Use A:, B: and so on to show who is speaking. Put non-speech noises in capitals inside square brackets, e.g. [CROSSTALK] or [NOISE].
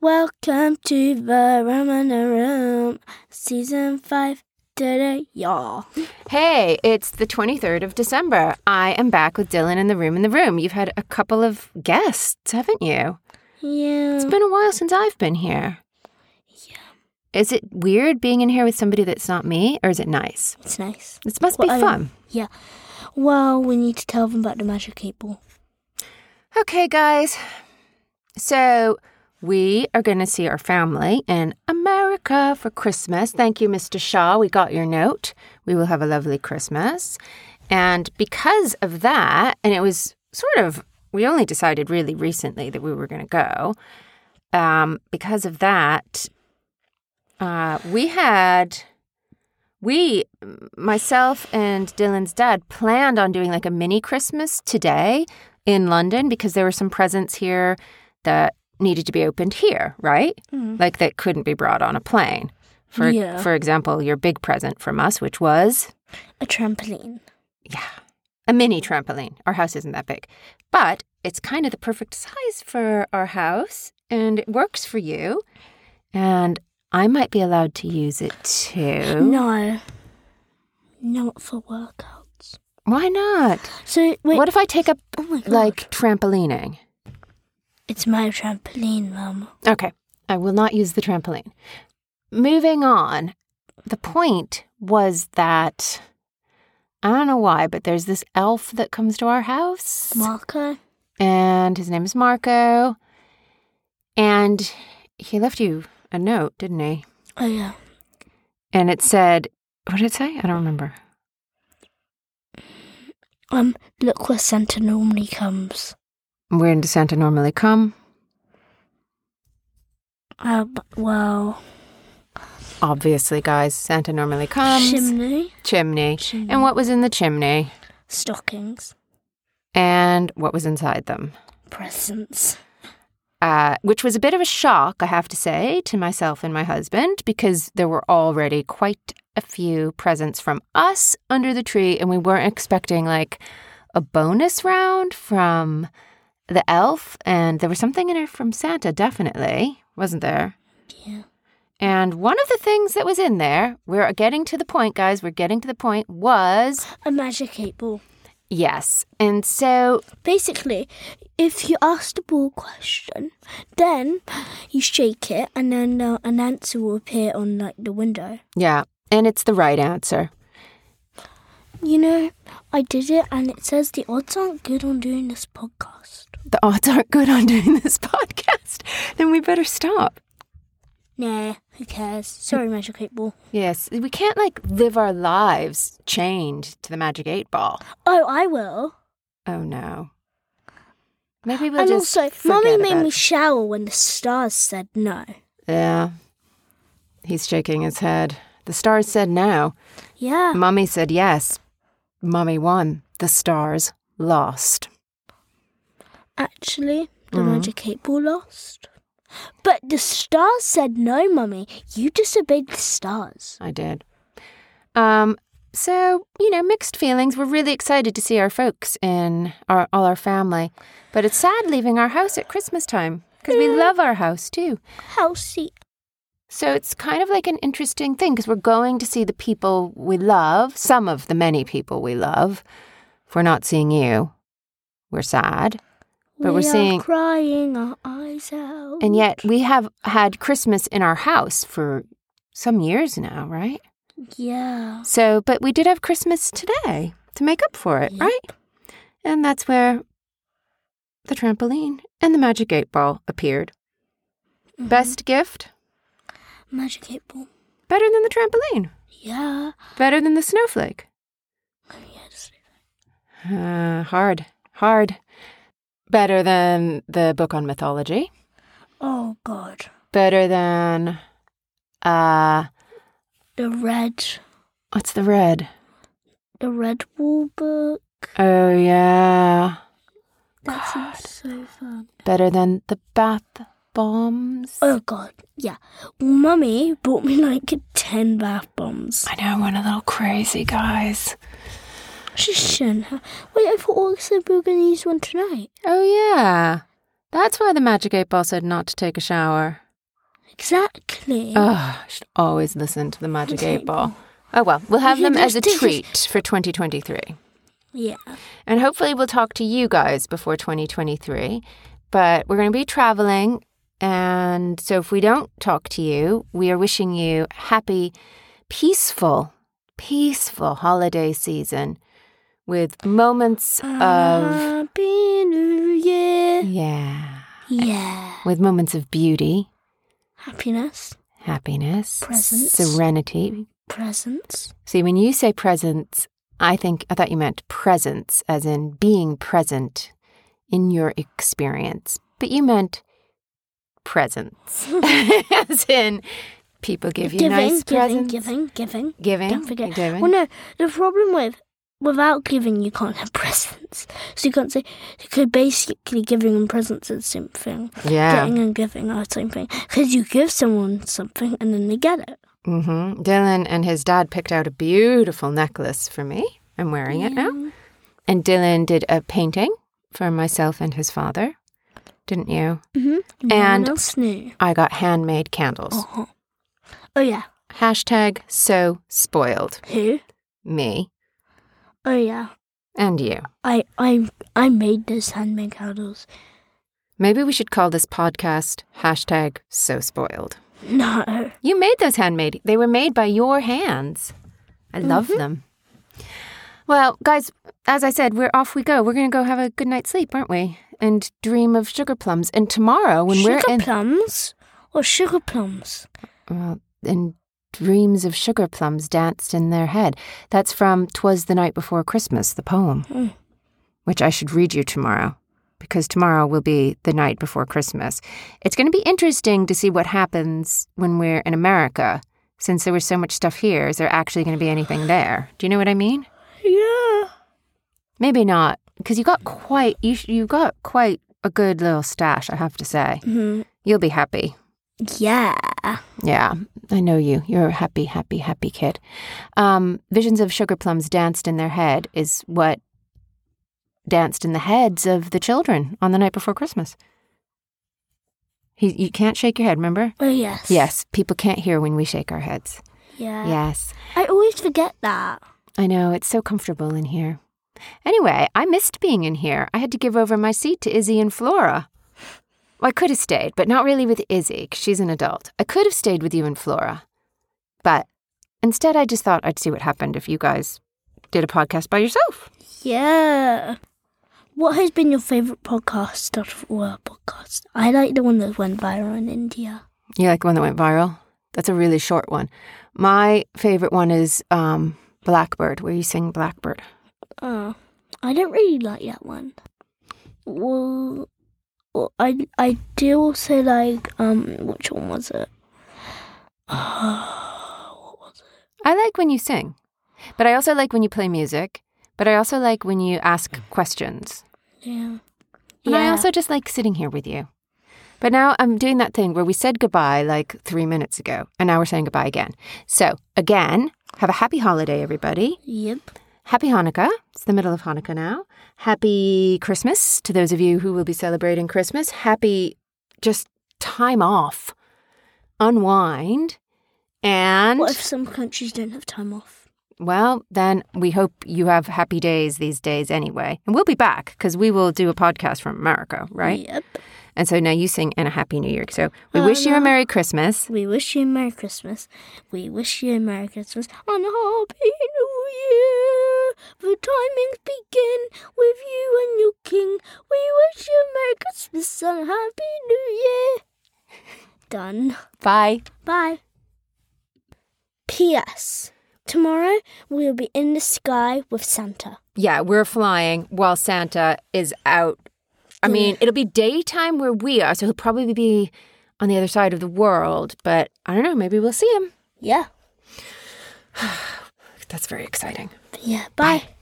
A: Welcome to the Ramana Room, Season 5 today, y'all.
B: Hey, it's the 23rd of December. I am back with Dylan in the room in the room. You've had a couple of guests, haven't you?
A: Yeah.
B: It's been a while since I've been here. Yeah. Is it weird being in here with somebody that's not me, or is it nice?
A: It's nice.
B: This must
A: Well, I
B: be
A: don't-
B: fun.
A: Yeah. Well, we need to tell them about the magic eight ball.
B: Okay, guys. So we are going to see our family in America for Christmas. Thank you, Mr. Shaw. We got your note. We will have a lovely Christmas. And because of that, and it was sort of, we only decided really recently that we were going to go. Um, because of that, uh, we had we myself and dylan's dad planned on doing like a mini christmas today in london because there were some presents here that needed to be opened here right like that couldn't be brought on a plane for
A: Yeah.
B: for example your big present from us which was
A: A trampoline.
B: a mini trampoline our house isn't that big but it's kind of the perfect size for our house and it works for you and i might be allowed to use it too
A: No. Not for workouts.
B: why not
A: So, wait.
B: What if I take up
A: Oh my God.
B: like trampolining?
A: It's my trampoline, um, Mum.
B: Okay, I will not use the trampoline. Moving on, the point was that I don't know why, but there's this elf that comes to our house,
A: Marco?
B: and his name is Marco, and he left you a note, didn't he?
A: Oh, yeah.
B: And it said, what did it say? I don't remember.
A: Um, look where Santa normally comes.
B: Where does Santa normally come?
A: Uh, b- well,
B: Obviously, guys, Santa normally comes.
A: chimney,
B: chimney.
A: Chimney.
B: And what was in the chimney?
A: stockings,
B: and what was inside them,
A: presents.
B: uh, which was a bit of a shock, I have to say, to myself and my husband, because there were already quite a few presents from us under the tree, and we weren't expecting like a bonus round from the elf, and there was something in it from Santa, definitely, wasn't there?
A: Yeah.
B: And one of the things that was in there, we're getting to the point, guys, we're getting to the point, was
A: A magic eight ball.
B: yes. And so
A: Basically, if you ask the ball question, then you shake it, and then uh, an answer will appear on like the window.
B: Yeah. And it's the right answer.
A: You know, I did it, and it says the odds aren't good on doing this podcast.
B: The odds aren't good on doing this [LAUGHS] podcast. Then we better stop.
A: Nah, who cares? Sorry, magic eight ball.
B: Yes. We can't like live our lives chained to the magic eight ball.
A: Oh, I will.
B: Oh no. Maybe we'll
A: and
B: just.
A: also, Mummy
B: forget
A: made
B: about
A: me
B: it.
A: shower when the stars said no.
B: yeah. He's shaking his head. The stars said no.
A: Yeah.
B: Mummy said yes. Mummy won. The stars lost.
A: Actually, the
B: Mm-hmm.
A: magic eight ball lost. But the stars said no, Mummy. You disobeyed the stars.
B: I did. Um, so you know, mixed feelings. We're really excited to see our folks and our all our family, but it's sad leaving our house at Christmas time because we love our house too.
A: Halsey.
B: So it's kind of like an interesting thing because we're going to see the people we love, some of the many people we love. If we're not seeing you, we're sad. But
A: we
B: we're
A: are
B: seeing-
A: crying our eyes out.
B: And yet we have had Christmas in our house for some years now, right?
A: Yeah.
B: So, but we did have Christmas today to make up for it,
A: Yep.
B: right? And that's where the trampoline and the magic eight ball appeared. Best gift,
A: Magic eight ball.
B: better than the trampoline,
A: Yeah.
B: better than the snowflake.
A: Yes.
B: Uh, hard, hard. Better than the book on mythology.
A: Oh god.
B: Better than, uh,
A: The red
B: what's the red?
A: the red wall book.
B: Oh yeah.
A: That seems so fun.
B: Better than the bath bombs.
A: Oh god. Yeah. Mummy bought me like ten bath bombs.
B: I know, went a little crazy, guys.
A: She shouldn't have wait, I thought also we were gonna use one tonight.
B: Oh, yeah. That's why the magic eight ball said not to take a shower.
A: Exactly.
B: Oh, I should always listen to the Magic 8 Ball. Oh, well, we'll have
A: You
B: them as a
A: just did it.
B: treat for 2023.
A: yeah.
B: And hopefully, we'll talk to you guys before 2023. But we're going to be traveling. And so, if we don't talk to you, we are wishing you happy, peaceful, peaceful holiday season with moments
A: Uh,
B: of,
A: Happy New Year.
B: yeah,
A: Yeah.
B: with moments of beauty,
A: Happiness.
B: happiness,
A: Presents.
B: serenity.
A: Presents.
B: See, when you say presence, I think I thought you meant presence, as in being present in your experience, but you meant presence, [LAUGHS] as in people [LAUGHS] give you
A: Mm-hmm. giving,
B: nice
A: giving,
B: presents.
A: giving, giving.
B: Giving,
A: Don't forget.
B: giving.
A: Well, no, the problem with without giving, you can't have [LAUGHS] presents. So you can't say, because basically giving and presents are the same thing.
B: yeah.
A: Getting and giving are the same thing. Because you give someone something and then they get it.
B: hmm Dylan and his dad picked out a beautiful necklace for me. I'm wearing it now. And Dylan did a painting for myself and his father, didn't you?
A: Mm-hmm. No
B: And-
A: one else knew.
B: I got handmade candles.
A: Uh-huh. Oh, yeah.
B: Hashtag so spoiled.
A: Who?
B: Me.
A: Oh, yeah.
B: And you.
A: I, I, I made those handmade candles.
B: Maybe we should call this podcast hashtag so spoiled.
A: No.
B: You made those handmade. They were made by your hands. I love them. Well, guys, as I said, we're off we go. We're going to go have a good night's sleep, aren't we? And dream of sugar plums. And tomorrow, when
A: sugar
B: we're in,
A: plums or sugar plums?
B: well, in dreams of sugar plums danced in their head. That's from "Twas the Night Before Christmas," the poem,
A: Mm.
B: which I should read you tomorrow. Because tomorrow will be the night before Christmas. It's going to be interesting to see what happens when we're in America. Since there was so much stuff here, is there actually going to be anything there? Do you know what I mean?
A: Yeah.
B: Maybe not, because you got quite you sh- you got quite a good little stash, I have to say.
A: Mhm.
B: You'll be happy.
A: Yeah.
B: Yeah, I know you. You're a happy, happy, happy kid. Um, Visions of sugar plums danced in their head is what danced in the heads of the children on the night before Christmas. He, you can't shake your
A: [SIGHS]
B: head, remember?
A: Oh, yes.
B: Yes, people can't hear when we shake our heads.
A: Yeah.
B: Yes,
A: I always forget that.
B: I know. It's so comfortable in here. Anyway, I missed being in here. I had to give over my seat to Izzy and Flora. Well, I could have stayed, but not really with Izzy, 'cause she's an adult. I could have stayed with you and Flora. But instead, I just thought I'd see what happened if you guys did a podcast by yourself.
A: Yeah. What has been your favorite podcast out of all our podcasts? I like the one that went viral in India.
B: You like the one that went viral? That's a really short one. My favorite one is um, Blackbird, where you sing Blackbird.
A: Oh, I don't really like that one. Well, well I I do also like um which one was it? [SIGHS] what was it?
B: I like when you sing, but I also like when you play music, but I also like when you ask questions.
A: Yeah.
B: And I
A: Yeah.
B: also just like sitting here with you. But now I'm doing that thing where we said goodbye like three minutes ago, and now we're saying goodbye again. So, again, have a happy holiday, everybody.
A: Yep.
B: Happy Hanukkah. It's the middle of Hanukkah now. Happy Christmas to those of you who will be celebrating Christmas. Happy just time off, unwind, and.
A: What if some countries don't have time off?
B: Well, then we hope you have happy days these days anyway. And we'll be back because we will do a podcast from America, right?
A: Yep.
B: And so now you sing and a happy new year. So we wish you a Merry Christmas.
A: We wish you a Merry Christmas. We wish you a Merry Christmas and a Happy New Year. The timings begin with you and your king. We wish you a Merry Christmas and a Happy New Year. Done.
B: Bye.
A: Bye. P.S. Tomorrow we'll be in the sky with Santa.
B: Yeah, we're flying while Santa is out. I mean, it'll be daytime where we are, so he'll probably be on the other side of the world, but I don't know, maybe we'll see him.
A: Yeah.
B: That's very exciting.
A: Yeah. Bye.